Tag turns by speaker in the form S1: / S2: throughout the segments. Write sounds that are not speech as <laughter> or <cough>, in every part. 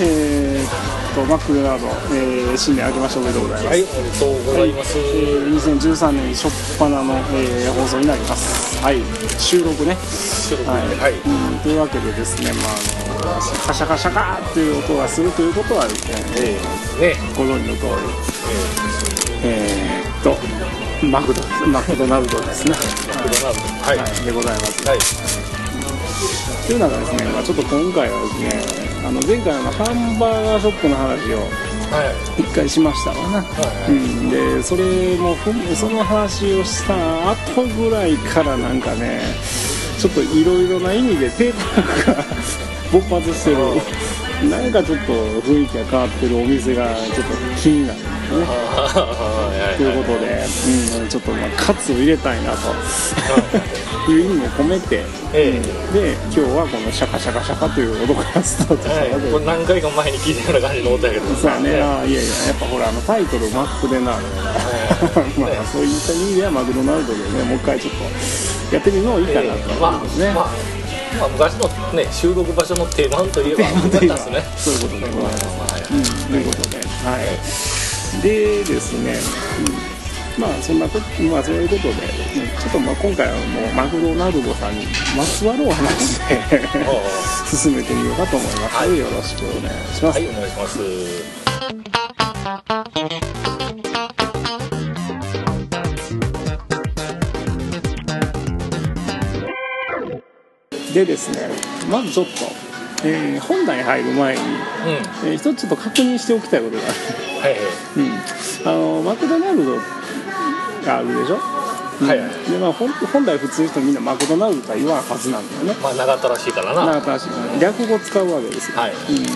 S1: えーっとマックレナード、えー新年明けましておめでとうございます、
S2: はい、おめでとうございます。
S1: えー2013年初っ端の、えー放送になりますはい収録ね
S2: 収録はい、
S1: うんというわけでですね、まあ、あのカシャカシャカーっていう音がするということはですね、え
S2: ね、
S1: ーご存知の通りえーっとマクドマクドナルドですね、
S2: マクドナルド。はい、は
S1: はい、でございます
S2: い、
S1: というのがですね、まあ、ちょっと今回はですねあの前回のハンバーガーショップの話を
S2: はい、
S1: 一回しましたわな、
S2: は
S1: うん、でそれもふんその話をした後ぐらいからなんかねちょっといろいろな意味でテーマが <laughs> 勃発してるなんかちょっと雰囲気が変わってるお店がちょっと気になるんですねということで、うん、ちょっとまあカツを入れたいなと <laughs> いう意味も込めて、う
S2: ええ
S1: んで今日はこのシャカシャカシャカという音からスタートしたわけです、
S2: はい、これ何回か前に聞いたような感じの音やけど。
S1: そうやね、
S2: はい
S1: あーいやいややっぱほらあのタイトルマック
S2: <laughs>
S1: でなる <laughs> まあそういった意味ではマクドナルドでねもう一回ちょっとやってみるのもいいかなと
S2: まあ、
S1: 思うんですね、
S2: まあ、まあ、昔のね、収録場所の定番といえば、
S1: まあ
S2: よかったですね。
S1: そういうことでございます
S2: はい
S1: うん、ということで、はい、でですね、うん、まあそんなこまあそういうことで、うんちょっとまあ今回はもうマクドナルドさんにまつわるお話で <laughs> 進めてみようかと思います、よろしくお願いします、
S2: はい、お願いします。
S1: でですねまずちょっと、えー本題入る前に、
S2: うん、
S1: えー一つちょっと確認しておきたいことがある、
S2: はい、はい、
S1: うん、あのマクドナルドがあるでしょ、うん
S2: はいは
S1: でまあ、本本来普通の人みんなマクドナルドとは言わんはずなんだよね
S2: まあ、長ったらしいからな。
S1: なんか新しい略語使うわけですよ、
S2: はい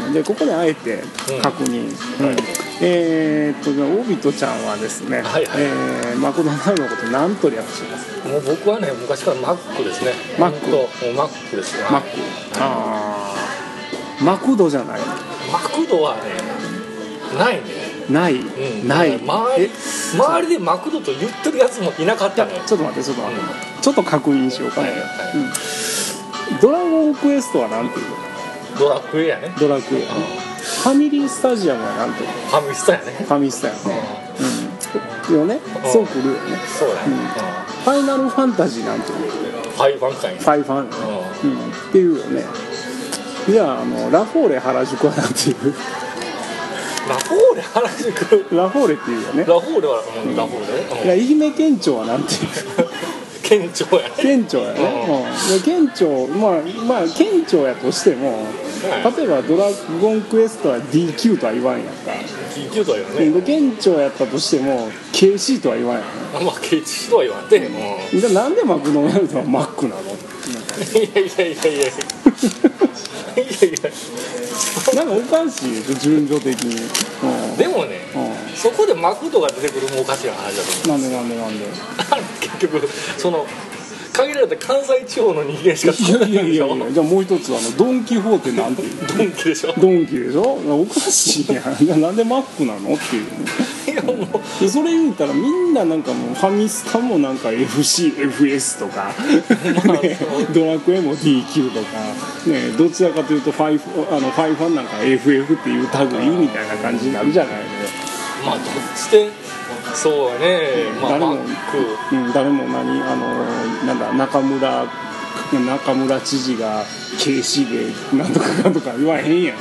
S1: うん、でここであえて確認、うん
S2: はい
S1: えーっとじゃあオビトちゃんはですね、
S2: はいはい
S1: えーマクドナルドのこと何と略します
S2: もう僕はね昔からマックですね
S1: マック
S2: ほんともうマックですよ
S1: マックああマクドじゃない
S2: マクドはねないね、
S1: ない、
S2: うん、
S1: ない
S2: 周り
S1: え
S2: 周りでマクドと言ってるやつもいなか
S1: い
S2: った
S1: や
S2: ね
S1: ちょっと待ってちょっと待って、
S2: う
S1: ちょっと確認しようかね、
S2: はいはい
S1: うんドラゴンクエストは何ていうの
S2: ドラクエやね
S1: ドラクエ、
S2: うん
S1: ファミリースタジアムは何ていうの
S2: ファミスタやね
S1: ファミスタやねうんよね
S2: うん
S1: そうくるよね
S2: そうだね、
S1: ファイナルファンタジーなんていうの
S2: うん、ファイバン会ね
S1: ファイファン、
S2: う
S1: うん、っていうよねじゃああのラフォーレ原宿はなんていう
S2: んラフォーレ原宿
S1: ラフォーレっていうよね
S2: ラフォーレはもうラフォーレ
S1: い
S2: ね
S1: や愛媛県庁はなんていう
S2: うん県庁やね
S1: 県庁やね、うんで県庁まあまあ県庁やとしても
S2: はい
S1: 例えば「ドラゴンクエスト」は DQ とは言わんやんか、
S2: DQ とは言わ
S1: で
S2: ね
S1: 県庁やったとしても KC とは言わんやん
S2: あんまケチとは言わんて、うん、い
S1: じゃあなんでマクドナルドはマックなの
S2: やいやいやいやいやいやいや
S1: なんかおかしいでしょ順序的に、うん、
S2: でもね、
S1: う
S2: そこでマクドが出てくるもおかしいな話だと
S1: ん、なんでなんでなんで
S2: 思う結局その限られた関西地方の人間しか
S1: い
S2: 作
S1: や
S2: れないい
S1: や
S2: んで
S1: いや
S2: しょ
S1: いやじゃあもう一つあのドン・キホーテなんていうの
S2: ドンキでしょ
S1: ドンキでしょおかしいやんじゃあなんでマックなのっていうね
S2: いやもう
S1: でそれ言うたらみんななんかもうファミスタもなんか FCFS とか、
S2: まあ
S1: ねドラクエも DQ とか、ね、どちらかというとファイフあのファイファンなんか FF っていう類みたいな感じになるじゃない
S2: まあどっちでそうやね、まあ、
S1: 誰
S2: マ
S1: も
S2: ック
S1: の、うん、誰も何あのなんだ中村中村知事が KC でなんとかかんとか言わへんやん。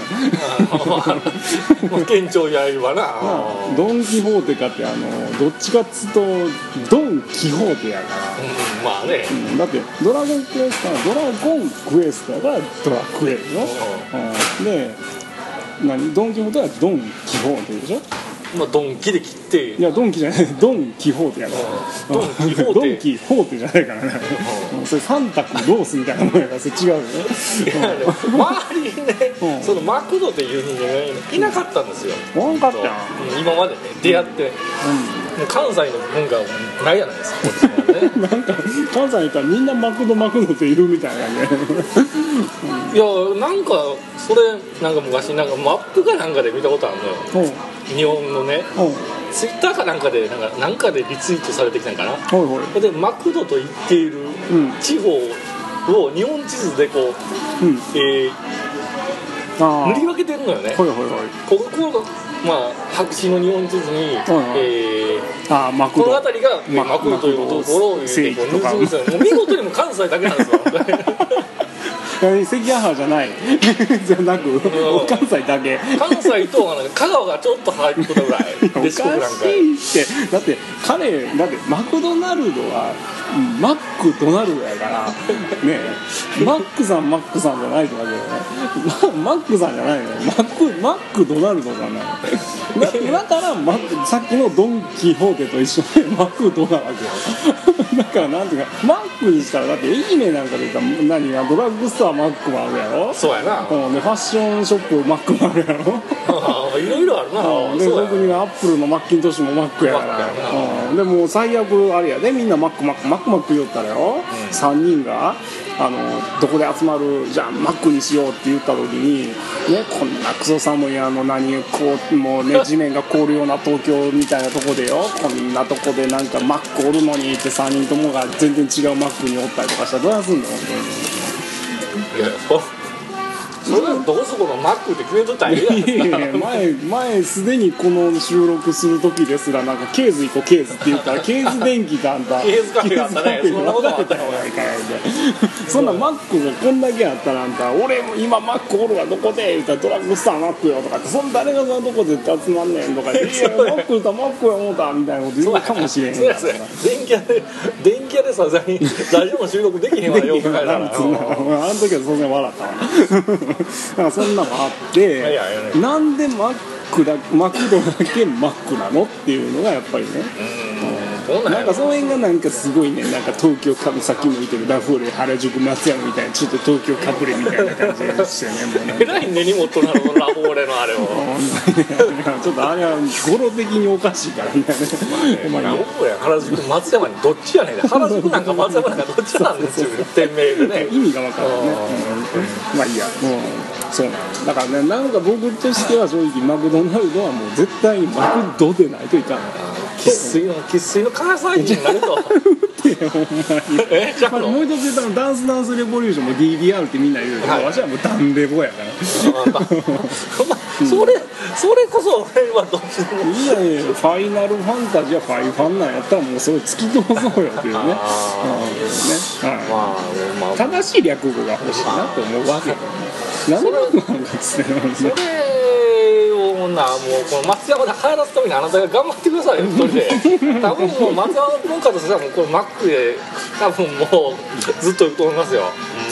S2: あのまあ県庁やいわな
S1: まあドン・キホーテかってあのどっちかっつうとドン・キホーテやから。
S2: うんまあね
S1: だってドラゴンクエストはドラゴンクエストやからドラクエでしょ、うん、で何ドン・キホーテはドン・キホーテでしょ
S2: まあドンキで切って
S1: いやドンキじゃない <laughs> ドン・キホーテやから
S2: うんドンキホ
S1: <laughs> ドンキホー
S2: ーテ
S1: テじゃない
S2: <laughs>
S1: からねうんそれ三択ロースみたいなもんやからそれ違うよね
S2: いやね周りにね、
S1: うん
S2: そのマクドっていう人間がねいなかったんですよ、
S1: うんおらんかったやん
S2: うん今までね出会って、もう関西の文化はもうないじゃないですかこっちの方はね
S1: <laughs> なんか関西にいたらみんなマクドマクドっているみたいな
S2: <laughs>
S1: ね
S2: いやなんかそれなんか昔なんかマップかなんかで見たことあるのよ
S1: うん
S2: 日本のね
S1: うん
S2: ツイッターかなんかでなんかなんかでリツイートされてきたんかな
S1: ほいほい
S2: それでマクドと言っている
S1: うん
S2: 地方を日本地図でこう、
S1: うん
S2: えー
S1: あー
S2: 塗り分けてるのよね
S1: ほいほいほい
S2: こここまあ白紙の日本地図
S1: ん
S2: に、
S1: うん
S2: えー
S1: ああマク
S2: こ
S1: ド
S2: の
S1: <laughs>
S2: 辺りが
S1: マ
S2: マクドというところを言うてこう
S1: 聖域とか
S2: 盗みですよもう見事にも関西だけなんですよ
S1: え関ヶ原じゃない <laughs> じゃな
S2: <laughs>
S1: く
S2: ん
S1: 関西だけ
S2: 関西とあの香川がちょっと入ってたぐらい
S1: <laughs> おか
S2: で
S1: し
S2: 四国なんか
S1: いってだって彼だってマクドナルドはうんマックドナルドやからねえマックさんマックさんじゃないってわけだよねママックさんじゃないのよマックマックドナルドじゃないだだからマックさっきのドン・キホーテと一緒でマクドなわけよだからなんていうかマックにしたらだって愛媛なんかで言ったら何がドラッグストアマックもあるやろ
S2: <laughs> そうやな
S1: うんでファッションショップマックもあるやろ
S2: いろいろあるな
S1: ああで
S2: そう
S1: 僕に
S2: や
S1: はアップルのマッキントッシュもマックやから
S2: マックやな
S1: うんでもう最悪あれやでみんなマックマックマックマック言おったらよ、3人があのどこで集まるじゃあマックにしようって言った時に、ね、こんなクソ寒いあの何こうもうね地面が凍るような東京みたいなとこでよこんなとこでなんかマックおるのにって3人ともが全然違うマックにおったりとかしたらどうすんの本当に
S2: いやそうそれはどこそこのマックって決めとったらえ
S1: い
S2: えや
S1: や
S2: ん
S1: いや前前すでにこの収録する時ですらなんかケーズ行こうケーズって言ったらケーズ電機があんた
S2: ケーズカフェがあったね
S1: ケーズカフェがあった
S2: そんなことあっ
S1: そんなマックがこんだけあったらあんた俺も今マックおるわどこで言ったらドラッグスターマックよとかってそんな誰がそんなとこで集まんねんとか言っていやマックだマックや思うたみたいなこと言うかもしれへん
S2: そうやそうや電気屋で電気屋でさすがにラジオの収録できへんわよく考えたら
S1: なんつうんだろうあの時は当然笑ったわだからそんなのあって
S2: やいやいや
S1: なんでマックだマクドだけマックなのっていうのがやっぱりね
S2: そうな
S1: な
S2: んや
S1: ん
S2: ろ
S1: かその辺がなんかすごいねなんか東京かさっきも言ってるダフール原宿松山みたいなちょっと東京かぶれみたいな感じがしてねもうね <laughs>
S2: えらい根に持っとるなのラフォーレのあれを
S1: ちょっとあれは語呂的におかしいからねまあ
S2: ラフォーレ原宿松山にどっちやねん原宿なんか松山なんかどっちなんですよ店名でね
S1: 意味が分からんね、うんまあいいや、うん、そうなんですだからねなんか僕としては正直マクドナルドはもう絶対にマクドでないといかん
S2: <laughs> 生粋の生粋の関西人になると
S1: ってほんまに
S2: えじゃあ
S1: まあ
S2: <laughs> の
S1: もう一つ言ったのダンスダンスレボリューションも DDR ってみんな言うけど、
S2: はい
S1: わしはもうダンレボやから
S2: それそれこそ俺はどっちでも
S1: いいやねファイナルファンタジーはファイファンなんやったらもうそれ突き通そうよっていうね,、うんね
S2: あ
S1: はい
S2: まあまあ
S1: 正しい略語が欲しいなと思うわけよ何でなんかっつってね
S2: それをなもうこの松山で流行らすためにあなたが頑張ってくださいよ一人 <laughs> で多分もう松山の文化としてはもうこれマックで多分もうずっと言うと思いますよ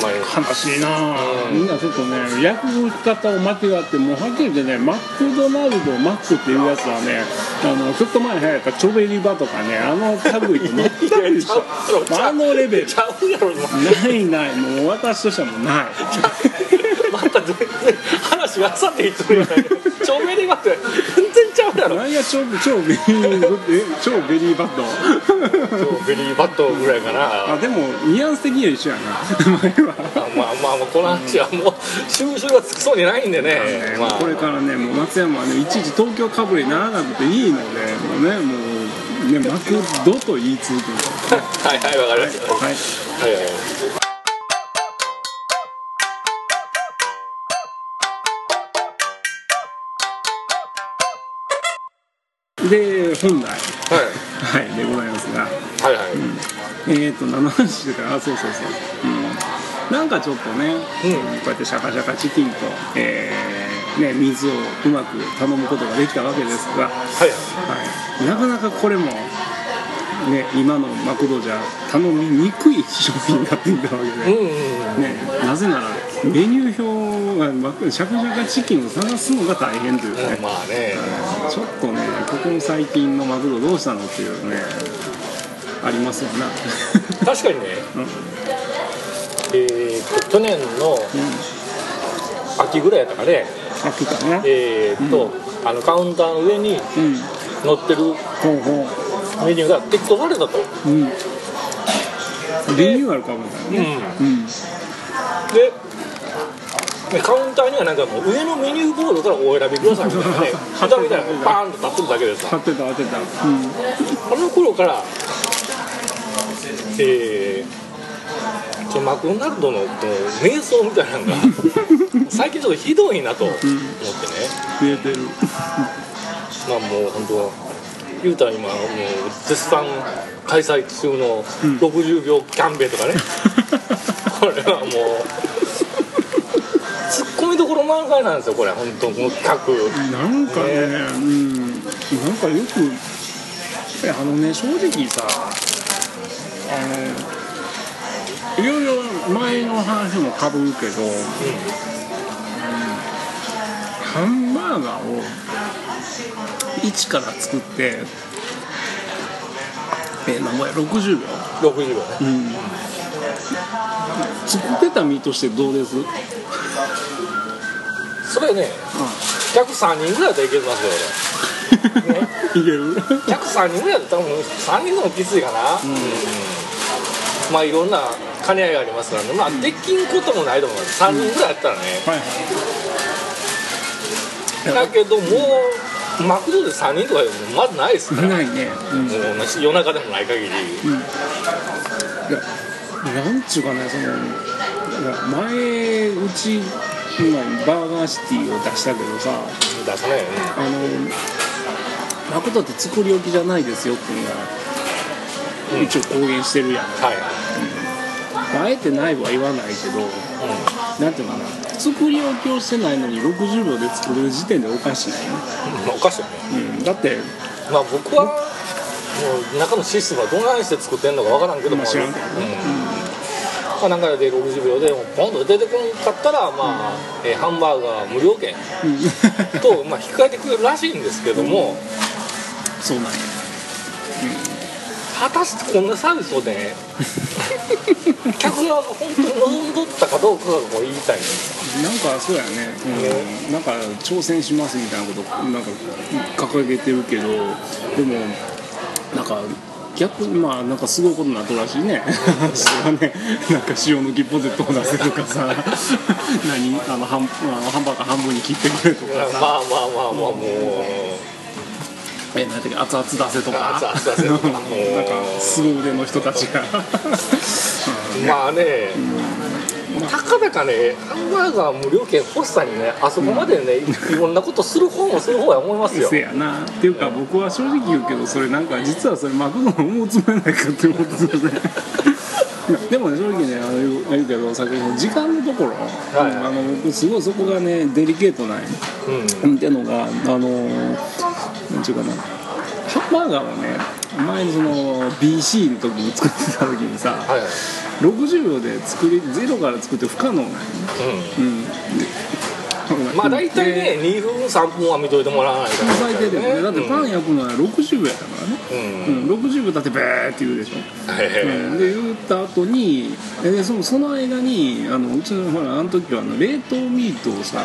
S2: ほんまに
S1: 悲しいなあ、
S2: うん
S1: みんなちょっとね訳の仕方を間違ってもうはっきり言ってねマクドナルドマックっていうやつはねあのちょっと前に流行ったチョベリバとかねあの類と全く一緒
S2: いやちゃう
S1: あのレベル
S2: ちゃうやろ今
S1: ないないもう私としてはもうない
S2: また全然話がさていつもみたいな照明で今って全然ちゃうやろ
S1: 何が超超ベリーグえ超ベリーバッド
S2: ベリーバットぐらいかな
S1: あでもニュアンス的には一緒やな前は。
S2: まあまあまあこの話はもう収集がつきそうにないんでね
S1: ね
S2: まあ
S1: これからねもう松山はねいちいち東京かぶれにならなくていいのでもうねもうねマクドと言い続ける
S2: はいはいわかりました
S1: はい
S2: はいはいはい
S1: で本題はいでございますが
S2: はいはい
S1: えっ、ー、と何の話してたあそうそうそう、うん、なんかちょっとね、こうやってシャカシャカチキンと、えーね、水をうまく頼むことができたわけですが、は
S2: はいはい
S1: い、なかなかこれも、ね、今のマクドじゃ頼みにくい商品になっていたわけで、
S2: うんうんうん
S1: ね、なぜならメニュー表がまシャカシャカチキンを探すのが大変というね、
S2: まあね
S1: ちょっとねここの最近のマグロどうしたのっていうねありますよ <laughs> な
S2: 確かにね、
S1: うん
S2: えーっと去年の秋ぐらいやったかね
S1: 飽きたね
S2: えーっと、あのカウンターの上に
S1: うん
S2: 載って
S1: ほ
S2: る
S1: うほ
S2: メニューが撤去されたと、
S1: ううんリニューアルかもだねうん
S2: ででカウンターにはなんかもう上のメニューボードからお選びくださいみたいなね <laughs>
S1: 貼って
S2: 蓋
S1: た
S2: みたいなのがバーンと立ってるだけでさ
S1: 当てた当てたうん
S2: あの頃からえーこのマクドナルドのこの瞑想みたいなのが最近ちょっとひどいなと思ってね、
S1: 増えてる <laughs>
S2: まあもう本当言うたら今もう絶賛開催中の60秒キャンベとかね、これはもうツッコミどころ満載なんですよこれ本当この企画
S1: なんかね、
S2: ね
S1: うん、なんかよく、えあのね、正直さ、あの、いろいろ前の話もかぶるけど、ハンバーガーを一から作って、え、なんぼや、60秒、
S2: 60秒ね
S1: 作ってた身としてどうです、 <laughs> うん、
S2: それね客3人ぐらいだったらいけますよ
S1: いける
S2: 俺客3人ぐらいだったら多分3人でもきついかな、うんまあいろんな兼ね合いがありますからねまあできんこともないと思う3人ぐらいだったらね、
S1: はい
S2: だけどもうマクドで3人とかいうのまずないですからもう
S1: ないね、うん
S2: 夜中でもない限
S1: い
S2: り
S1: やなんちゅうかねそのいや前うち今バーガーシティを出したけどさ
S2: 出さないよね
S1: あのマクドって作り置きじゃないですよっていうの
S2: う
S1: は
S2: ん
S1: 一応公言してるやん、
S2: はい
S1: まああえてないは言わないけどなんていうのかな作り置きをしてないのに60秒で作れる時点でおかしいね、
S2: うんまあおかしいよね
S1: うん、だって
S2: まあ僕はもう中のシステムはどないして作ってんのかわからんけど
S1: まあ知らんけど
S2: うんまあ、中で60秒でもうポンと出てこんかったら、まあえーハンバーガー無料券
S1: うん
S2: と、まあ、引き換えてくれるらしいんですけども、
S1: そうなんや
S2: 果たしてこんなサービスをね客側が本当に望んどったかどうかがこう言いたい
S1: なんかそうやね、うん、なんか挑戦しますみたいなことなんか掲げてるけどでもなんか逆にまあなんかすごいことになったらしい <laughs> ねそれはねなんか塩抜きポテトを出せとかさ <laughs> 何あのハンあのハンバーガー半分に切ってくれと
S2: まあ
S1: かさ
S2: まあまあまあもう、
S1: えなんていうか熱々出せとか
S2: 熱々出せとか
S1: うん <laughs> なんかすご腕の人たちがうん
S2: まあね、たかだかねハンバーガー無料券欲しさにねあそこまでね、いろんなことする方もする方や思いますよ
S1: せやなっていうか僕は正直言うけどそれなんか実はそれマクドナルド思うつもりないかって思ってたねいやでもね正直ねあの言う言うけど先ほど時間のところ、
S2: いはい
S1: あの僕すごいそこがねデリケートなんや
S2: うん
S1: っていうのがあのなんちゅうかなハンバーガーをね前のその BC の時に作ってた時にさ、
S2: はいはい
S1: 60秒で作りゼロから作って不可能なんやねうん
S2: うん、まあ大体ね、2分3分は見といてもらわないと
S1: 最低だよねだってパン焼くのは60秒やからね、
S2: うん、
S1: う
S2: うん
S1: ん、60秒だってベーって言うでしょ、
S2: はいはいはい
S1: うん、で言った後にえでそのその間にあのうちのほらあの時はあの冷凍ミートをさ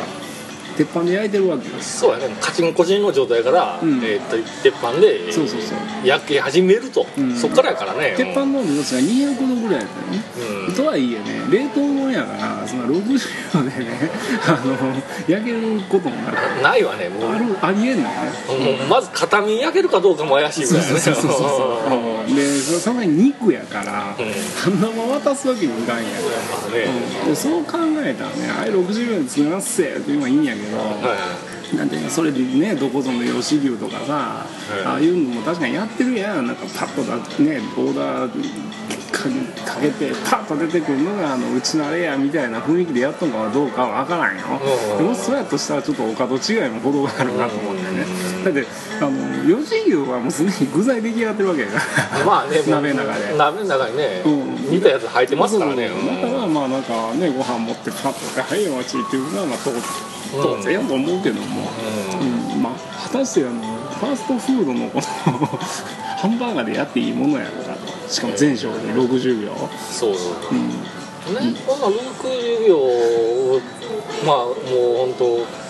S1: 鉄板で焼いてるわけです
S2: そうやねカチンコチンの状態から、
S1: うん
S2: えーっと鉄板で
S1: そうそうそう
S2: 焼き始めると、
S1: うん
S2: そっからやからね
S1: 鉄板の温度が200度ぐらいやったよね、
S2: うん
S1: とはいえね冷凍もんやからその60秒でねあの焼けることもなく
S2: うんないわねもう
S1: あるありえんのよね
S2: もうまず片身焼けるかどうかも怪しいぐ
S1: そう
S2: らい
S1: そう
S2: ね
S1: そうそうそうでそその前に肉やから、
S2: う
S1: あんなま渡すわけにもいかんやから
S2: まあね、
S1: でそう考えたらねあれ60秒で作りますせって今いいんやけど、
S2: はい
S1: なんていうのそれでねどこぞの吉牛とかさ、
S2: い
S1: ああいうのも確かにやってるやんなんかパッとだねオーダーかかけてパッと出てくるのがあのうちのあれやみたいな雰囲気でやっとんかはどうかは分からんよ、
S2: うん
S1: でもそうやとしたらちょっとお門違いも程があるなと思ってね、だってあの吉牛はもうすでに具材出来上がってるわけやから
S2: <laughs> ま
S1: <laughs>
S2: あね、もう
S1: 鍋の中で
S2: 鍋の中にね、
S1: うん
S2: 煮たやつ入ってますからね。
S1: そうそうそうだからまあなんかねご飯持ってパッと「はいお待ち」っていうのはまあ当当然やと思うけども、
S2: う
S1: うんまあ果たしてあのファーストフードのこのハンバーガーでやっていいものやろうかとしかも全章で60秒、
S2: んそうそう。
S1: うん、
S2: ね、こんな60秒を、まあもう本当。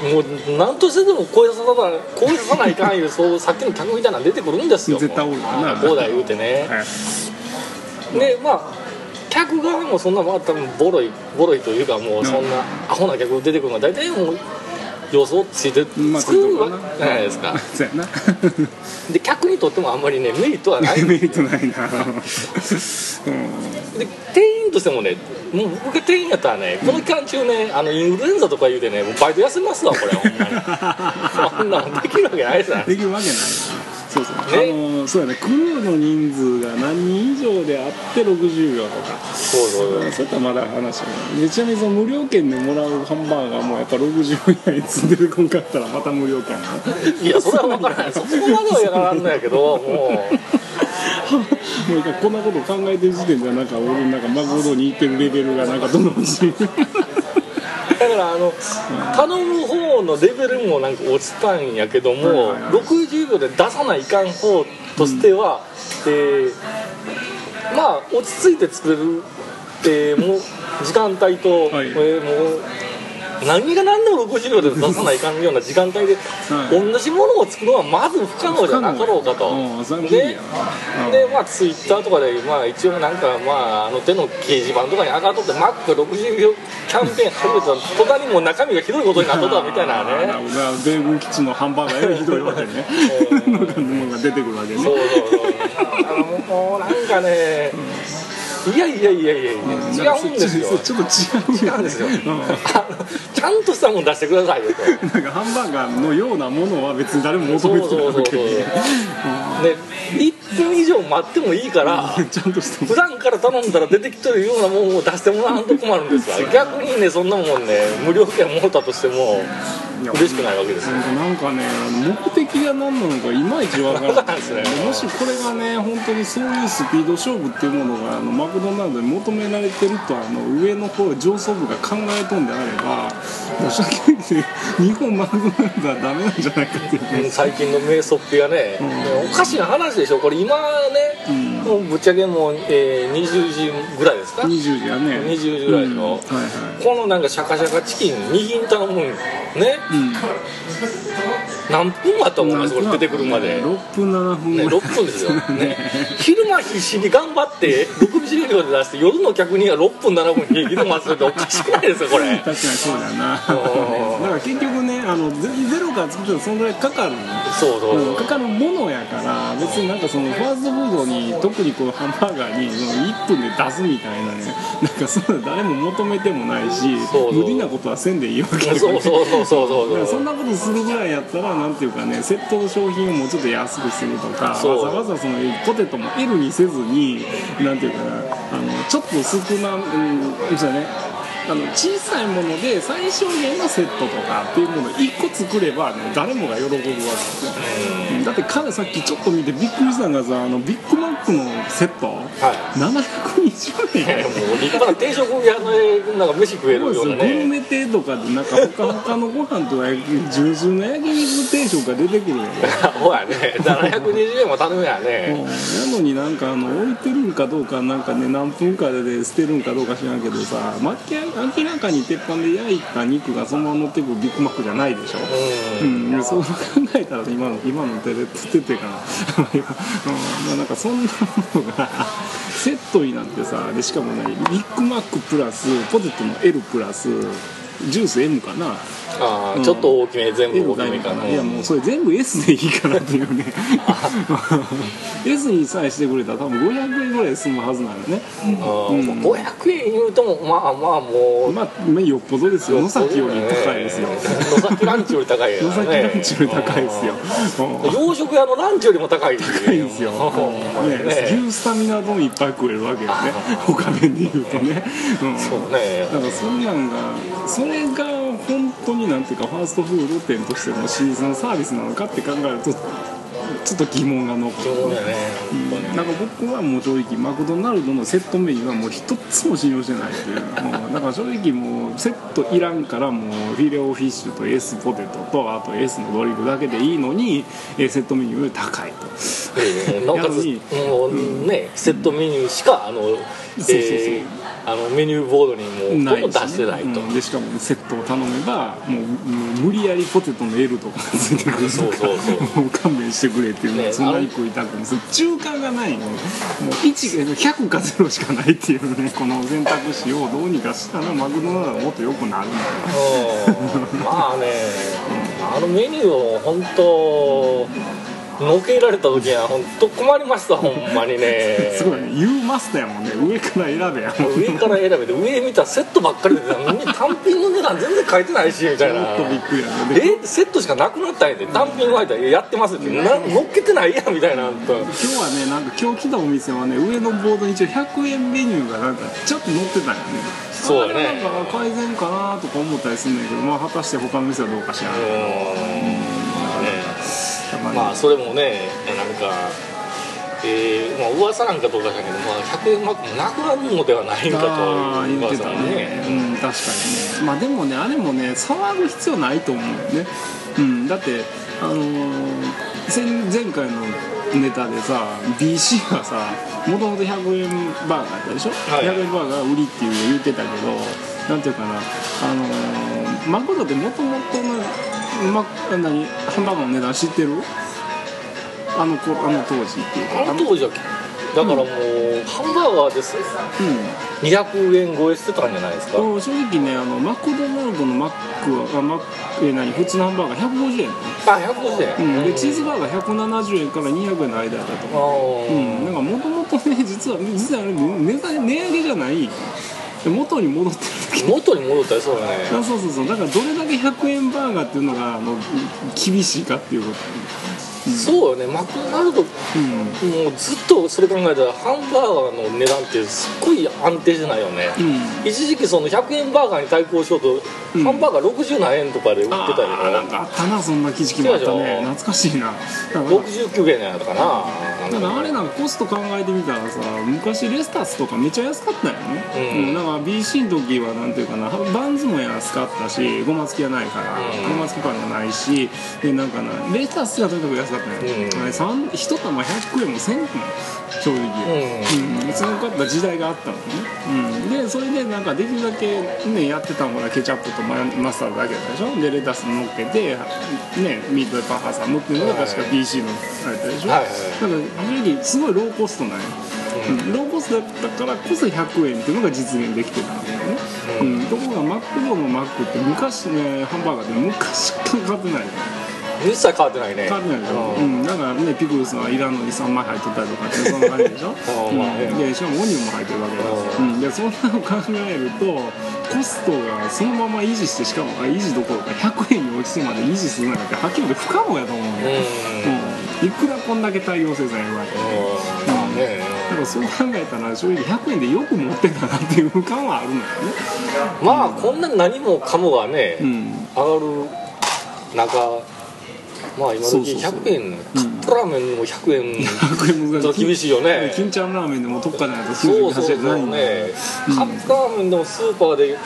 S2: もう何としてでも声出さない声出さないかんいうそうさっきの客みたいなの出てくるんですよ
S1: 絶対おるわな
S2: こうだ言うてね、
S1: はい
S2: でまあ客側もそんなまあ多分ボロいボロいというかもうそんなアホな客出てくるのは大体もう予想ついて作るわけじゃないですか
S1: <laughs> そうやな
S2: で客にとってもあんまりねメリットはない
S1: メリットない <laughs> な
S2: で店員としてもねもう僕が店員やったらねこの期間中ねあのインフルエンザとか言うてねもうバイト休みますわこれほんまに <laughs> そんなんできるわけないじゃ
S1: うんんできるわけないなそうそうあのそうやねクルーの人数が何人以上であって60秒とか
S2: そうそうそう
S1: そういったらまだ話はないでちなみにその無料券でもらうハンバーガーもやっぱ60以内に積んでるこんかったらまた無料券やない
S2: やそれは分からないそこまではやらんのやけども
S1: もうなんかこんなこと考えてる時点ではなんか俺のなんかマクドに行ってるレベルがなんかどんどん落ちてる
S2: うだからあの頼む方のレベルもなんか落ちたんやけど
S1: はい
S2: も
S1: はいはい
S2: 60秒で出さないかん方としては、えーまあ落ち着いて作れる、えーもう時間帯と、
S1: はい
S2: えーもう何が何でも60秒で出さないかんような時間帯で、
S1: はい
S2: 同じものを作るのはまず不可能じゃなかろうかと。
S1: うんそれは無理
S2: で
S1: や
S2: でまあツイッターとかで、まあ、一応なんか、まあ、あの手の掲示板とかに上がっとってマックが60秒キャンペーン始めた途端にもう中身がひどいことになっとったみたいなね
S1: 俺は米軍基地のハンバーガーよりひどいわけねのがものが出てくるわけね
S2: そうそうそうあのもうなんかねいやいやいやいやいや違うんですよ
S1: そうちょっと違う
S2: 違
S1: よ
S2: うんですよ
S1: うん
S2: あのちゃんとしたもん出してくださいよと
S1: なんかハンバーガーのようなものは別に誰も求
S2: <laughs> そう
S1: めてない
S2: そう
S1: わ
S2: そう
S1: け
S2: そう
S1: で
S2: で1分以上待ってもいいから
S1: ちゃんとした
S2: 普段から頼んだら出てきてるようなもんを出してもらわんと困るんですわ逆にねそんなもんね無料券もろたとしても嬉しくないわけですよ
S1: なんかね目的が何なのかいまいちわから
S2: わか
S1: な
S2: ら
S1: い
S2: んですね
S1: もしこれがね本当にそういうスピード勝負っていうものがあのマクドナルドに求められてるとあの上の方上層部が考えとんであれば申し訳ないけど日本マクドナルドはダメなんじゃないかっていうね
S2: 最近の名そっぴがね、おかしな話でしょこれ今ね、もうぶっちゃけもう、えー20時ぐらいですかこ
S1: 20時やね
S2: 20時ぐらいの
S1: うんはいはい
S2: のなんかシャカシャカチキン2品頼むんね
S1: うん
S2: 何分もあったと思いますこれ出てくるまで
S1: 6分7分
S2: ね、
S1: ぐらい
S2: 6分ですよ、ね、昼間必死に頑張って60秒で出して夜の客には6分7分平気で待つっておかしくないですかこれ
S1: <laughs> 確かにそうだよなだ
S2: ー
S1: から結局ねあのゼゼロから作ってたらそのぐらいかかる
S2: そうそう
S1: う
S2: そ
S1: ん
S2: う
S1: かかるものやから別になんかそのファーストフードに特にこうハンバーガーにその1分で出すみたいなねなんかそんな誰も求めてもないし
S2: そうそう
S1: 無理なことはせんでいいわけ
S2: そうそうそうそう
S1: だから
S2: そ
S1: そん
S2: う
S1: なことするぐらいやったらなんていうかねセットの商品をもうちょっと安くするとかわざ
S2: そう
S1: わざそのポテトも L にせずになんていうかなあのちょっと少なうんそうだねあの小さいもので最小限のセットとかっていうものを1個作れば、ね、誰もが喜ぶわけですようんだって彼さっきちょっと見てびっくりしたのがさあのビッグマックのセット、720円や
S2: も
S1: ろ
S2: う立派な定食屋のなんか飯食えるよ
S1: そうう
S2: な
S1: ですよグルメ
S2: ね
S1: 亭とかでなんかほかほかのご飯とか焼き純粋な焼肉定食が出てくるよ、
S2: ほらね720円も頼むや
S1: うん
S2: ね
S1: なのになんかあの置いてるんかどうかなんかね何分かで捨てるんかどうか知らんけどさ、まき明らかに鉄板で焼いた肉がそのまま乗ってくるビッグマックじゃないでしょ、
S2: う
S1: うんん、そう考えたら今の今のテレテテかな、うんまあ、なんかそんなものがセットになってさでしかもねビッグマックプラスポテトの L プラスジュース M かな
S2: あーちょっと大きめ全
S1: L
S2: 部
S1: が
S2: 大き
S1: い
S2: め
S1: い
S2: か
S1: かな
S2: ない
S1: やもうそれ全部 S でいいかなって
S2: <laughs>
S1: いうね S にさえしてくれたら多分500円ぐらいで済むはずなのね
S2: うん500円言うともまあまあもう
S1: まあまあよっぽどですよ野崎より高いですよ
S2: ね野崎ランチより高いよね
S1: 野崎ランチより高いですようん
S2: 洋食屋のランチよりも高い高
S1: 高いん
S2: <laughs>
S1: ですよ、ね、
S2: ね
S1: 牛スタミナ丼いっぱい食えるわけよ
S2: <laughs>
S1: ね他弁で言うとね、うん、
S2: そうね
S1: だからそんなんがそれが本当になんていうかファーストフード店としてのシーズンサービスなのかって考えるとちょっと疑問が残る
S2: そうだね本当に
S1: なんか僕はもう正直マクドナルドのセットメニューはもう一つも信用してないっていうもうだから正直もうセットいらんからもうフィレオフィッシュと S ポテトとあと S のドリンクだけでいいのにえーセットメニューより高いと
S2: ええなおか
S1: やのに
S2: つもうねセットメニューしかあの
S1: そうそう
S2: えーあのメニューボードにもうほとんど出してないと
S1: うんでしかもセットを頼めばもうもう無理やりポテトの L とかついてくる
S2: そうそうそう
S1: もう勘弁してくれっていうのは
S2: ね
S1: そんなに食いたくない中間がなないもう1が100か0しかないっていうねこの選択肢をどうにかしたらマクドナルドはもっと良くなるんだよ
S2: うんまあねあのメニューを本当のけられた時は本当困りましたほんまに
S1: <laughs>
S2: ね
S1: すごいね You must やもんね上から選べやもん
S2: 上から選べて上見たらセットばっかりで単品の値段全然書いてないしみたい
S1: ちょ
S2: な
S1: っとびっくりやねで
S2: えセットしかなくなったんやで単品は入ったらいややってますってな乗っけてないやんみたいなと
S1: 今日はねなんか今日来たお店はね上のボードに一応100円メニューがなんかちょっと載ってたんよね
S2: そうやね
S1: あれなんか改善かなとか思ったりするんだけどまあ果たして他の店はどうかしらん
S2: う
S1: けど
S2: んね
S1: やっぱね
S2: まあそれもねなんか、えーまあ、噂なんかどうかだけど、まあ、100円マックもなくなるのではないんかと
S1: ああ言
S2: いう
S1: って
S2: 噂
S1: た
S2: も
S1: ね、うん、確かにねまあでもねあれもね騒ぐ必要ないと思うよね、うん、だってあのー前前回のネタでさ BC がさもともと100円バーガーやったでしょ、
S2: はい
S1: 100円バーガーが売りっていうの言ってたけどなんていうかなあのーマクドってもともとのま何ハンバーガーの値段知ってるあの頃あの当時っていうか
S2: あの当時はだからもう、ハンバーガーです
S1: うん
S2: 200円超えしてたんじゃないですか、
S1: うん正直ねあのマクドナルドのマックはあマックえー何普通のハンバーガー150円だね、
S2: あ150
S1: う
S2: 円、
S1: ん、でチーズバーガー170円から200円の間だったと
S2: あー
S1: うん、なんかもともとね実は実はあれ値段値上げじゃない元に戻ってるだけ
S2: 元に戻ったりそうだね
S1: あそうそうそうだからどれだけ100円バーガーっていうのがあの厳しいかっていうこと
S2: そうよねマクドナルドも
S1: うん
S2: うずっとそれ考えたらハンバーガーの値段ってすっごい安定してないよね、
S1: うん
S2: 一時期その100円バーガーに対抗しようと、
S1: うん
S2: ハンバーガー60何円とかで売ってたりと
S1: あーなん
S2: か
S1: かあったなそんな記事もあった
S2: そうでし
S1: ね
S2: ょ
S1: 懐かしいなだから
S2: 69円やったかな、
S1: だからあれなんかコスト考えてみたらさ昔レスタスとかめっちゃ安かったよね、
S2: うん
S1: だから BC の時はなんていうかなバンズも安かったしごまつきはないから、
S2: う
S1: ご
S2: ん
S1: まつき感がないしでなんかなレタスがとにかく安かったよね、
S2: うん
S1: あれ三一玉100円も1000円も正直、
S2: う
S1: うん、すごかった時代があったのね、うん、でそれでなんかできるだけ、ね、やってたのがケチャップとマヨマスタードだけだったでしょでレタス乗っけて、ね、ミートでパン挟むっていうのが確か
S2: はい
S1: BC のあれだったでしょ、
S2: はいはい
S1: だから正直すごいローコストなんよ、うんローコストだったからこそ100円っていうのが実現できてたんだよね、うんところがマクドのマックって昔ねハンバーガーって昔から買ってないよ
S2: ん、一切変わってないね
S1: 変わってないでしょ、う
S2: う
S1: ん、
S2: ん
S1: だからねピクルスはいらんのに3枚入っとったりとかってそんな感じで
S2: <laughs>
S1: しょ、
S2: ーまあね
S1: うん、でしかもオニオンも入ってるわけだし、
S2: う
S1: うん、でそんなの考えるとコストがそのまま維持してしかもあ維持どころか100円に落ちてまで維持するなんてはっきり言って不可能やと思う
S2: うん
S1: ね、うんいくらこんだけ大量生産やるわけ
S2: うんまあね
S1: だからそう考えたら正直100円でよく持ってたなっていう感はあるのよね
S2: まあこんな何もかもがね、
S1: うん
S2: 上がる中まあ今
S1: そう
S2: 時
S1: そうそう
S2: 100円カップラーメンも100円
S1: 100円難
S2: <laughs> ちょっと
S1: しい
S2: 厳しいよね
S1: 金ちゃんラーメンでも特価じゃないと
S2: そうそう
S1: 98
S2: そ
S1: 円な
S2: う
S1: いんだよ
S2: ね、カップラーメンでもスーパーで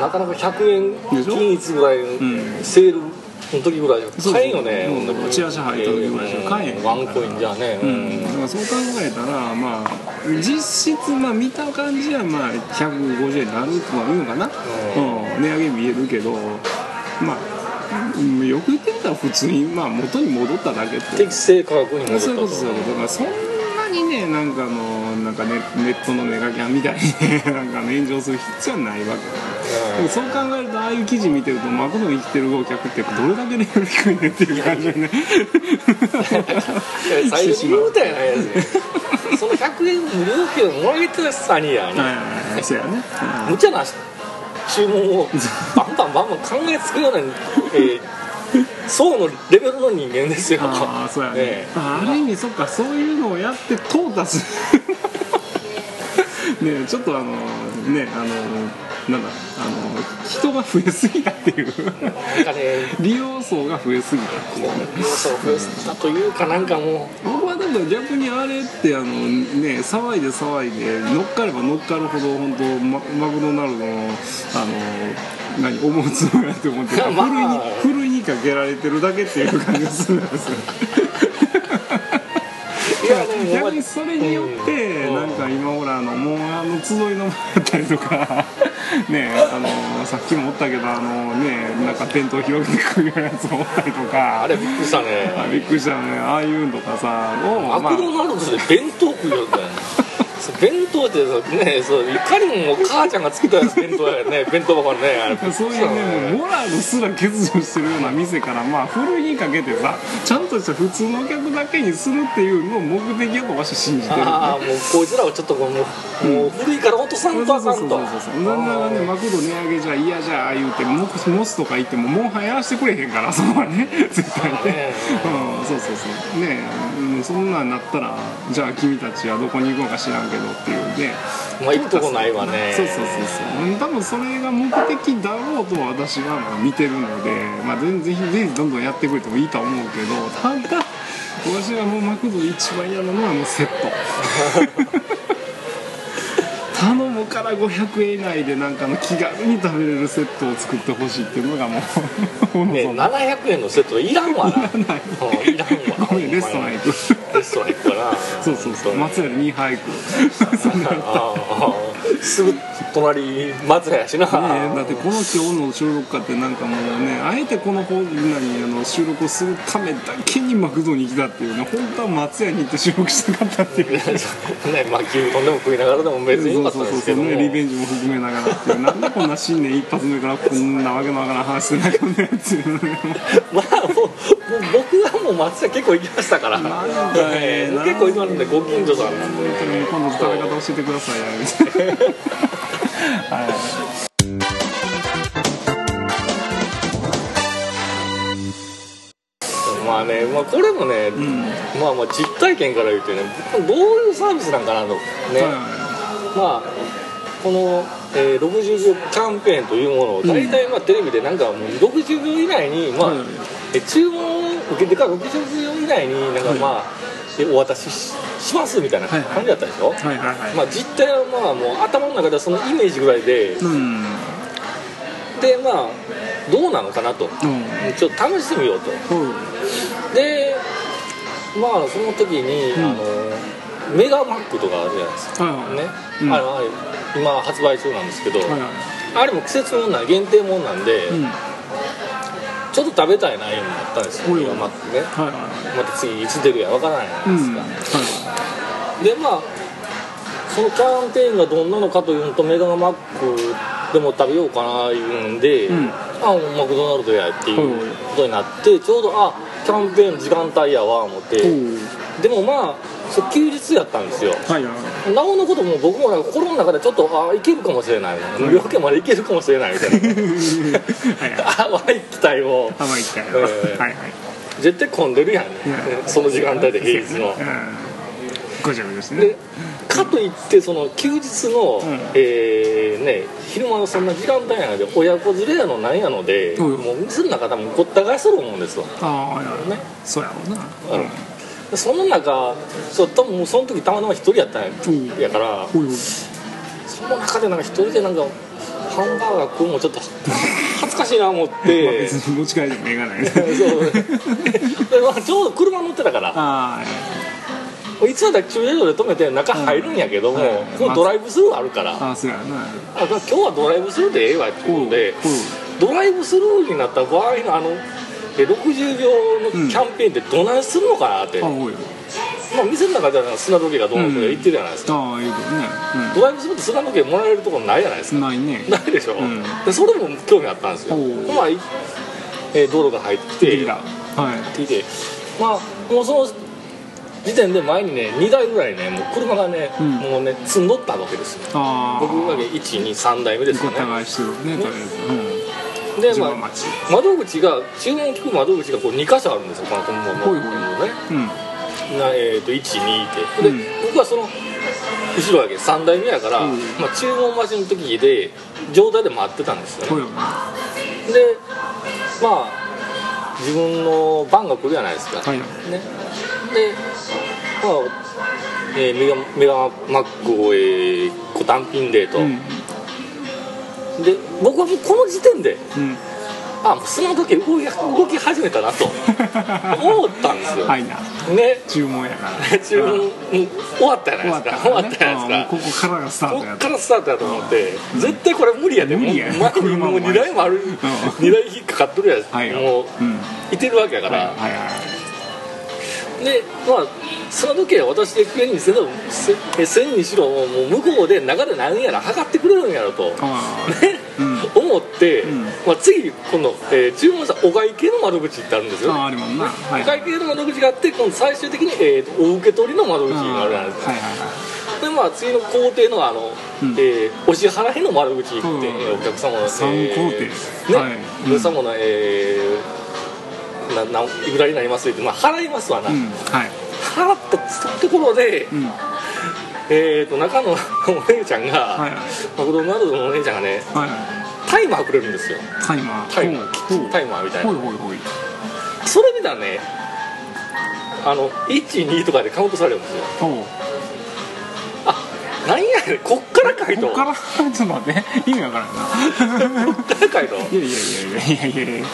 S2: なかなか100
S1: で
S2: 円
S1: しょ
S2: 均一ぐらい
S1: ん
S2: のセールの時ぐらいじゃ
S1: そうそう
S2: 買えんよね
S1: うんチラシ入った時ぐらいじゃ買えんよ
S2: ワンコインじゃね
S1: う、
S2: うん
S1: だからそう考えたらまあ実質まあ見た感じはまあ150円になるとはいいのかな、うん値上げ見えるけどまあ、うんよく言ってみたら普通にまあ元に戻っただけって
S2: 適正価格に戻った
S1: そういうこととそういうことだからそんなにねなんかあのなんかねネットのネガキャンみたいにね <laughs> なんかあの炎上する必要はないわけでもそう考えるとああいう記事見てるとマクドの生きてる豪客ってどれだけレベル低いねっていう感じ
S2: <laughs>
S1: でね <laughs>
S2: うん最初に言うたやないやつその100円無料券もらえてたにやね、
S1: はいはいはいそうやね
S2: 無茶な注文
S1: <laughs>
S2: をバンバンバンバン考えつくような、えー、層のレベルの人間ですよ
S1: ああそうやね
S2: え
S1: あある意味そっかそういうのをやって淘汰する <laughs> ねちょっとあのねあのなんだあの人が増えすぎたっていう
S2: なんかね
S1: 利用層が増えすぎたっていうね
S2: そう増やしたというかなんかも
S1: 僕はだから逆にあれってあのね騒いで騒いで乗っかれば乗っかるほど本当ママクドナルドのあの何思うつもりだと思ってた、
S2: <laughs> まあまあ
S1: ふるいにふるいにかけられてるだけっていう感じがするんですよ
S2: ういやでも
S1: 逆にそれによって
S2: うん
S1: なんか今ほらあのもうあの集いの場だったりとか <laughs> ねあのさっきもおったけどあのねなんかテントを広げてくるようなやつもおったりとか
S2: あれびっくりしたね
S1: あびっくりしたねああいうのとかさを
S2: マクドナルドで弁当食いよったよねそう弁当ってそうねそういかにもお母ちゃんが作ったやつ弁当やね弁当箱ねあれびっくり
S1: そうい
S2: した
S1: うね
S2: ね
S1: もうモラルすら欠如してるような店からまあ古いにかけてさちゃんとした普通の客だけにするっていうのを目的やとわしは信じてる
S2: ああもうこいつらをちょっとこうもう,、もう古いから落とさ
S1: そ
S2: ん
S1: う
S2: と
S1: そ
S2: あ
S1: うそ
S2: か
S1: うんそう
S2: と
S1: そうなんならねマクド値上げじゃ嫌じゃあ言うてモスモスとか言ってもモンハンやらしてくれへんからそこはね <laughs> 絶対ね
S2: ね
S1: うんそうそうそうねえ、うん、そんなんなったらじゃあ君たちはどこに行くのか知らんけどっていうね
S2: まあ行くとこないわね
S1: そうそうそうそううん多分それが目的だろうと私はまあ見てるので、まあ、全然ぜひぜひどんどんやってくれてもいいとは思うけどただ私はもうマクドで一番嫌なのはもうセット頼むから500円以内でなんかの気軽に食べれるセットを作ってほしいっていうのがもう <laughs> ほの
S2: ね
S1: ぞの
S2: 700円のセットいらん <laughs> わな
S1: ない
S2: うんいらんわ
S1: ごめんレストラン行く
S2: レストラン行くから
S1: そうそうそう松屋で2杯行く <laughs> そんなの
S2: ああすぐ隣松屋やしな、
S1: ねえだってこの今日の収録かってなんかもうねあえてこの本なにあの収録をするためだけにマクドに来たっていうね本当は松屋に行って収録したかったっていうね
S2: <laughs> ねまあ牛丼でも食いながらでも別に
S1: そ
S2: よか
S1: うそ
S2: ったん
S1: う
S2: で
S1: そう
S2: す
S1: そ
S2: け
S1: う
S2: ども
S1: ねリベンジも含めながらっていうなんでこんな新年一発目からこんなわけのわからん話してなあかんねんっていうね
S2: <laughs> まあもうもう僕はもう松屋結構行きましたから
S1: なん
S2: <laughs>
S1: だよな
S2: 結構今なんでご近所さんなんで
S1: 本当に今度食べ方教えてくださいみたいな
S2: まあね、まあ、これもね、まあまあ実体験から言うてねどういうサービスなんかなとね、まあこの、えー60秒キャンペーンというものを大体まあテレビでなんかもう60秒以内に、まあ
S1: はい
S2: え注文を受けてから60秒以内になんかまあ、えお渡しししますみたいな感じだったでしょ、
S1: はいはいはい
S2: まあ、実態はまあもう頭の中ではそのイメージぐらいで
S1: うん
S2: でまあどうなのかなと
S1: うん
S2: ちょっと試してみようと
S1: そう
S2: でまあその時に、
S1: うん
S2: あのメガマックとかあるじゃないですか
S1: はいはい
S2: ね、
S1: うん
S2: あのあれ今発売中なんですけど、
S1: はいは
S2: あれも季節もんなん限定もんなんで、
S1: いうん
S2: ちょっと食べたいなようになったんですよ
S1: おい
S2: メガマックね
S1: はいは
S2: また次いつ出るやわからないじゃ
S1: いう
S2: ないです
S1: ん
S2: か
S1: は、い
S2: でまあそのキャンペーンがどんなのかというのとメガマックでも食べようかないうので、
S1: うん
S2: あマクドナルドやっていうことになってちょうどあキャンペーン時間帯やわ思っ
S1: お
S2: て
S1: う
S2: でもまあそう休日やったんですよ
S1: はいはい
S2: なおのことも僕もなんか心の中でちょっとあいけるかもしれない無料券までいけるかもしれないみた
S1: <laughs>
S2: いな
S1: はいはい
S2: 淡い期待を
S1: 浜行ったよ、
S2: ええ
S1: はいはい
S2: 絶対混んでるやんね
S1: う
S2: その時間帯で平日の。
S1: うんごちゃごちゃしてね
S2: でかといってその休日の、
S1: うん
S2: えーね、昼間のそんな時間帯なので親子連れやのなんやので、
S1: うん
S2: もう店の中多分ごった返すると思うんですわ、
S1: ああはいはい
S2: ね
S1: そうやろうな
S2: あのその中そう多分もうその時たまたま一人やったんや,、
S1: うん
S2: やから
S1: おいおい
S2: その中でなんか一人でなんかハンバーガー食うのもちょっと恥ずかしいな思って
S1: 別に持ち帰りも映画ないね <laughs>
S2: そうでまあちょうど車乗ってたから
S1: あ
S2: いつもだって駐車場で止めて中入るんやけども、
S1: うんはい
S2: このドライブスルーあるから、
S1: あああそうやな
S2: あ今日はドライブスルーでええわって
S1: お
S2: ことでドライブスルーになった場合のあのえ60秒のキャンペーンってどないするのかなって、
S1: あおいよ
S2: まあ、店の中では砂時計がどうのこうの言ってるじゃないですか、
S1: ああいいけどね
S2: ドライブスルーって砂時計もらえるところないじゃないです
S1: う
S2: か、
S1: んないね
S2: ないでしょ、
S1: うん
S2: でそれも興味あったんですよ、
S1: おう
S2: まあいえー道路が入ってきて
S1: ビリだはい
S2: 聞いてまあもうその時点で前にね2台ぐらいねもう車がね、
S1: うん
S2: もうね積んどったわけですよ
S1: ああ
S2: 僕がね123台目です
S1: ご
S2: よ
S1: っ
S2: ね
S1: た返してるねとりあえずう
S2: で
S1: ん自
S2: ま
S1: 分
S2: あ
S1: 待ち
S2: 窓口が注文を聞く窓口がこう2箇所あるんですよこのコンボ
S1: ほ
S2: の
S1: いほい
S2: ね
S1: うん
S2: なえー、と12ってで、
S1: うん
S2: 僕はその後ろだけ3台目やから、
S1: うん
S2: まあ、注文待ちの時で状態で待ってたんですよ
S1: ほ
S2: ね
S1: いよは
S2: でまあ自分の番が来るじゃないですか、
S1: い
S2: ね、で、まあえーメガメガマックを、えー、ご単品でと、
S1: うん
S2: で僕はもうこの時点で
S1: うん
S2: あもうその時動き動き始めたなと思ったんですよ、
S1: はいな
S2: ね
S1: 注文やな
S2: <laughs> 注文
S1: うん
S2: うん終わったじゃ
S1: 終
S2: な
S1: わ
S2: い
S1: った
S2: ですか
S1: か
S2: 終わ
S1: ら
S2: っ
S1: ね
S2: たじゃないですか
S1: うんここからがスター
S2: こ
S1: トや
S2: っ
S1: った
S2: からスタートやと思って絶対これ無理やで
S1: 無理や
S2: もう前にもう
S1: 車も
S2: 2台もある2台引っかかっとるやつ
S1: はいよ
S2: も
S1: うん
S2: ういてるわけやか
S1: はいは
S2: ら、
S1: いはい
S2: でまあその時は私で急にせどせえ線にしろもう向こうで流れ何やら測ってくれるんやろと、
S1: あ
S2: ね
S1: ーうん
S2: 思って、
S1: うん
S2: まあ、次今度、えー注文したお会計の窓口ってあるんですよ、
S1: あーあるもんなはい
S2: お会計の窓口があって今度最終的に、えーとお受け取りの窓口があるじゃないですか、
S1: はいはいは
S2: でまあ次の工程のあの、
S1: うん
S2: えーお支払いの窓口行って、
S1: うん
S2: えーお客様の、えー
S1: 三工程
S2: ね、
S1: はいうん
S2: お客様の、えーななんいくらになりますって、まあ、払いますわな、
S1: いうんはい
S2: 払ったところで、
S1: うん
S2: えー、と中の <laughs> お姉ちゃんが、
S1: はいはい
S2: マクドナルドのお姉ちゃんがね
S1: はい
S2: タイマーくれるんですよ
S1: タイマー
S2: タイマ
S1: ほうほ
S2: ー
S1: う
S2: タイマーみたい
S1: ほ
S2: ない
S1: ほいほい
S2: それ見たらねあの12とかでカウントされるんですよ
S1: ほう
S2: あなんやねんこっからかいと
S1: こっからちょっと待って意味わからんな
S2: こっからかいと
S1: いやいやいやいやいやいやいや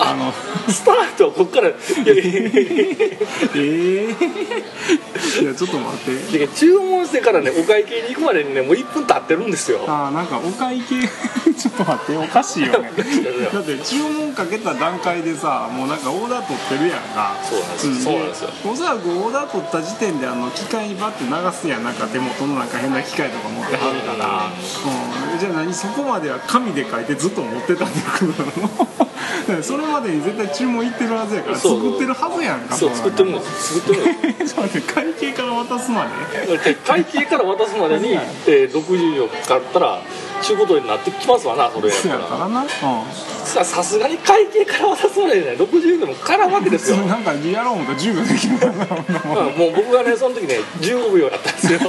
S1: あの
S2: スタートこっからいやいやいやい
S1: ええいやちょっと待って
S2: や注文してからねお会計に行くまでにねもう1分経ってるんですよ
S1: あーなんかお会計ちょっと待っておかしいよねだって注文かけた段階でさもうなんかオーダー取ってるやんか
S2: そうなんですよそうなんですよ
S1: おそらくオーダー取った時点であの機械にバッて流すやんなんか手元のなんか変な機械とか持ってはるから、うん、じゃあ何そこまでは紙で書いてずっと持ってたってことなのだからそれまでに絶対注文いってるはずやから
S2: そう
S1: 作ってるはずやんか
S2: そう
S1: も
S2: 作ってるんです作ってるんで
S1: え <laughs> ちょっと待って会計から渡すまで
S2: で <laughs> 会計から渡すまでに、えー、60秒かかったらちゅうことになってきますわなそれやっ
S1: そう
S2: た
S1: やから
S2: ら
S1: なうん
S2: ささすがに会計から渡すまでにね60秒もかからんわけです
S1: そ
S2: よ
S1: れなんかリアル音が10秒できるからなほんなもん
S2: うんもう僕がねその時ね15秒だったんですよ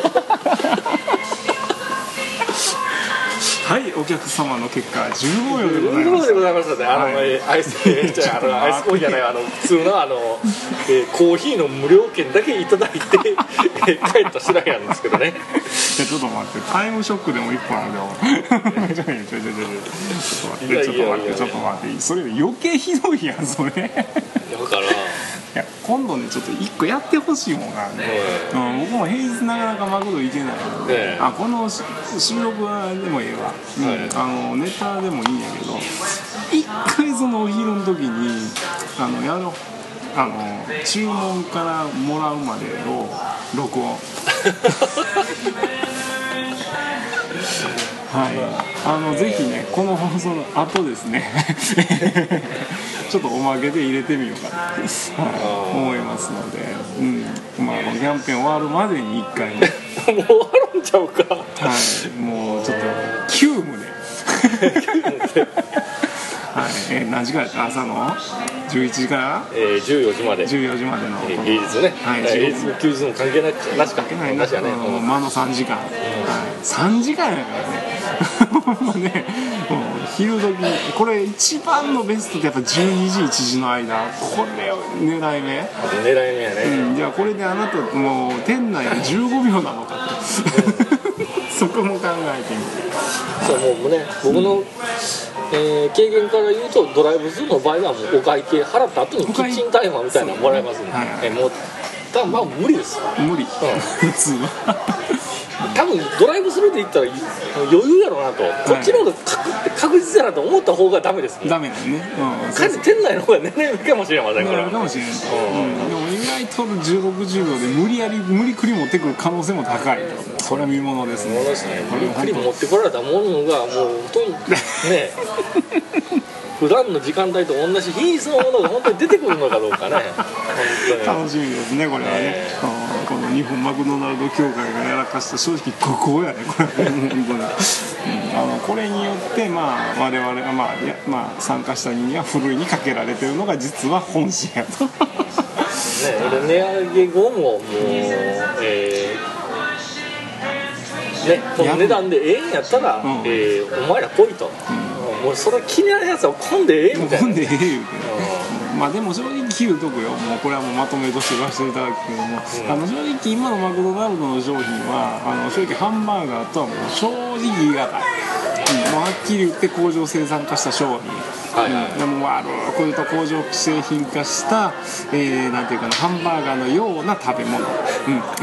S1: はいお客様の結果15秒でござい
S2: 15
S1: ま
S2: 秒
S1: す
S2: でございましたねあの、
S1: はい
S2: えーアイスえーじゃああ
S1: <laughs>
S2: のアイスコーヒーじゃないあの普通のあの、えーコーヒーの無料券だけいただいて、えー帰った次第なんですけどね
S1: いやちょっと待ってタイムショックでも一本あるよちょいちょいちょいちょいちょっと待ってちょっと待ってちょっと待ってそれ余計ひどいやんそれい
S2: だから
S1: や今度ねちょっと一個やってほしいもんがあるね、うん、僕も平日なかなかマクド行けないので、
S2: ええ
S1: あこのし収録はでもええわ、うん
S2: はい
S1: あのネタでもいいんやけど一回そのお昼の時にあのやろうあの注文からもらうまでを
S2: <laughs>
S1: 録音はいあのぜひねこの放送の後ですね <laughs> ちょっとおまけで入れてみようかな、はい、思いますので、うんまあ、このキャンペーン終わるまでに1回ね、
S2: もう終わるんちゃうか
S1: はい、もうちょっと急務ではい、えー何時からやった朝の11時から
S2: えー、14時まで、え
S1: 14時までのこ
S2: ー
S1: の
S2: 平日ね、
S1: はい
S2: 平日も休日も関係なくなしか
S1: けない
S2: な
S1: な
S2: しやね、うん
S1: 間の3時間、はい、3時間やからねほんまねもう昼時にこれ一番のベストってやっぱ12時1時の間これを狙い目、
S2: 狙い目やね、
S1: うん、じゃあこれであなたもう店内が15秒なのかとそこも考えてみて
S2: そうもうね僕の、えー経験から言うとドライブスルーの場合はもうお会計払った後にキ
S1: お会
S2: ッチンタイマーみたいなのもらえますんで、
S1: はいはい
S2: えーもう多分まあ無理です
S1: 無理、普通は
S2: 多分ドライブスルーで行ったらい余裕やろうなと、こっちの方が確確実やなと思った方がダメです
S1: ダメだよねうん
S2: かえ
S1: そう
S2: って
S1: そう
S2: 店内の方が狙い目かもしれませ
S1: だ
S2: んか
S1: かららかもしれない、うん、でも意外と1610秒で無理やり無理くり持ってくる可能性も高いそれは見ものですね
S2: ものですね
S1: これ
S2: ゆっ
S1: は
S2: く
S1: 本
S2: り
S1: 当
S2: 持ってこられたものがもうほとんどね普段の時間帯と同じ品質のものが本当に出てくるのかどうかね本
S1: 楽しみですねこれはね、
S2: え
S1: うんこの日本マクドナルド協会がやらかした正直ここ <laughs> やねこれは本当に、うんあのこれによってまあ我々が、まあいやまあ、参加した人にはふるいにかけられてるのが実は本心やと
S2: 当にねで値上げ後ももうえーね、この値段でええんやったら、
S1: ん
S2: えーお前ら来いと、もうそれ気になるやつは混んでええみたい
S1: ほ
S2: な、
S1: んでええ言うて
S2: うん
S1: まあでも正直言うとこよもうこれはもうまとめとして言わせていただくけども、あの正直今のマクドナルドの商品はあの正直ハンバーガーとはもう正直言い難い、うんもうはっきり言って工場生産化した商品
S2: はいはい
S1: でも悪く言うと工場製品化した、えーなんていうかなハンバーガーのような食べ物、うん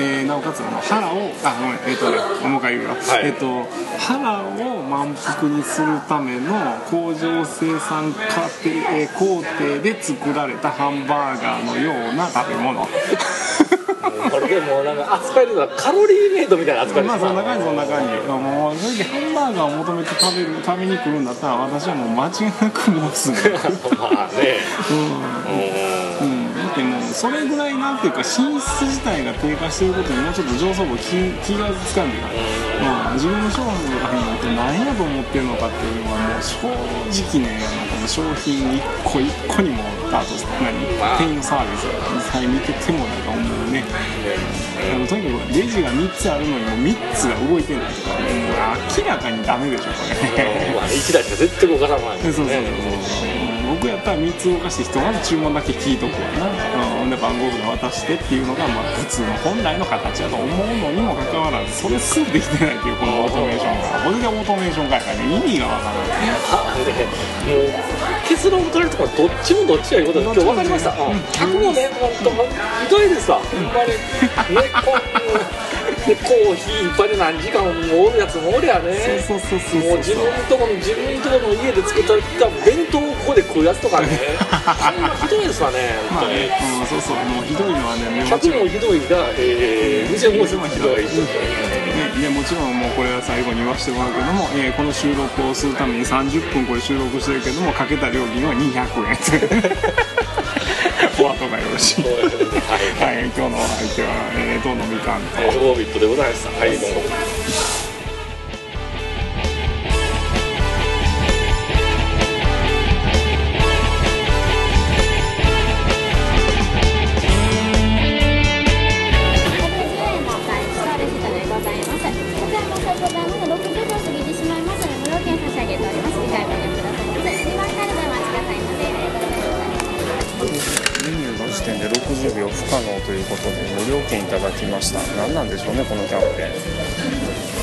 S1: えーなおかつあの腹をあごめんえっ、とねもう一回言うよ、
S2: い
S1: えっ、と腹を満腹にするための工場生産過程、えー工程で作られたハンバーガーのような食べ物
S2: これでもうなんか扱いでたらカロリーメイドみたいな扱いで
S1: まあ
S2: す
S1: そん
S2: か
S1: な感じそんな感じもう正直ハンバーガーを求めて食べる食べに来るんだったら私はもう間違いなくもうすぐ
S2: まあね
S1: うん
S2: うん
S1: うん、だってもうそれぐらいなんていうか品質自体が低下していることにもうちょっと上層部気気がつかんでない、うん、自分の商品なんて何やと思ってるのかっていうのはもう正直ねあのこの商品一個一個にもあと何
S2: まあ
S1: 店員のサービスさえ見ててもなんか思うねあのとにかくレジが3つあるのにもう3つが動いてないとかもう明らかにダメでしょこれ
S2: まあ1台しか絶対動かさない
S1: そうそうそうそう、
S2: ですね
S1: 僕やったら3つ動かしてひとまず注文だけ聞いとくわな、うん、で番号札渡してっていうのがまあ普通の本来の形だと思うのにもかかわらずそれすぐできてないっていうこのオートメーションがこれがオートメーションかやからね意味がわからない
S2: あでもう結論から言うとどっちもどっちがいうことで今日分かりました、
S1: うん
S2: 客もね本当ひどいですわほんまにねこうねコーヒーいっぱいで何時間もおるやつもおりゃね
S1: そうそうそうそう
S2: もう自分のとこの自分のとこの家で作った弁当をここで食うやつ
S1: <laughs>
S2: とかねほんまひどいですわね
S1: まあ
S2: 本当に、
S1: ね、うん、そうそうもうひどいのはねねも
S2: 客
S1: ちろん
S2: もひどいが、えー、店もひどい
S1: ね、でもちろんもうこれは最後に言わせてもらうけども、えーこの収録をするために30分これ収録してるけどもかけた料金は200円 <laughs> お後がよろしい
S2: そうですねはい
S1: はい、今日のお相手は、えー、どうのみかんと。
S2: えーオービットでございましたはいどうも
S3: 150円のお買い上げサービスでございます。こちらも最高段の60度を過ぎてしまいますので、お客様のお料金差し上げております。理解ご了承くださいませ。2番カルでお待ちくださいませ。ありがとうございます。
S4: メニューの時点で60秒不可能ということで無料券いただきました何なんでしょうねこのキャンペーン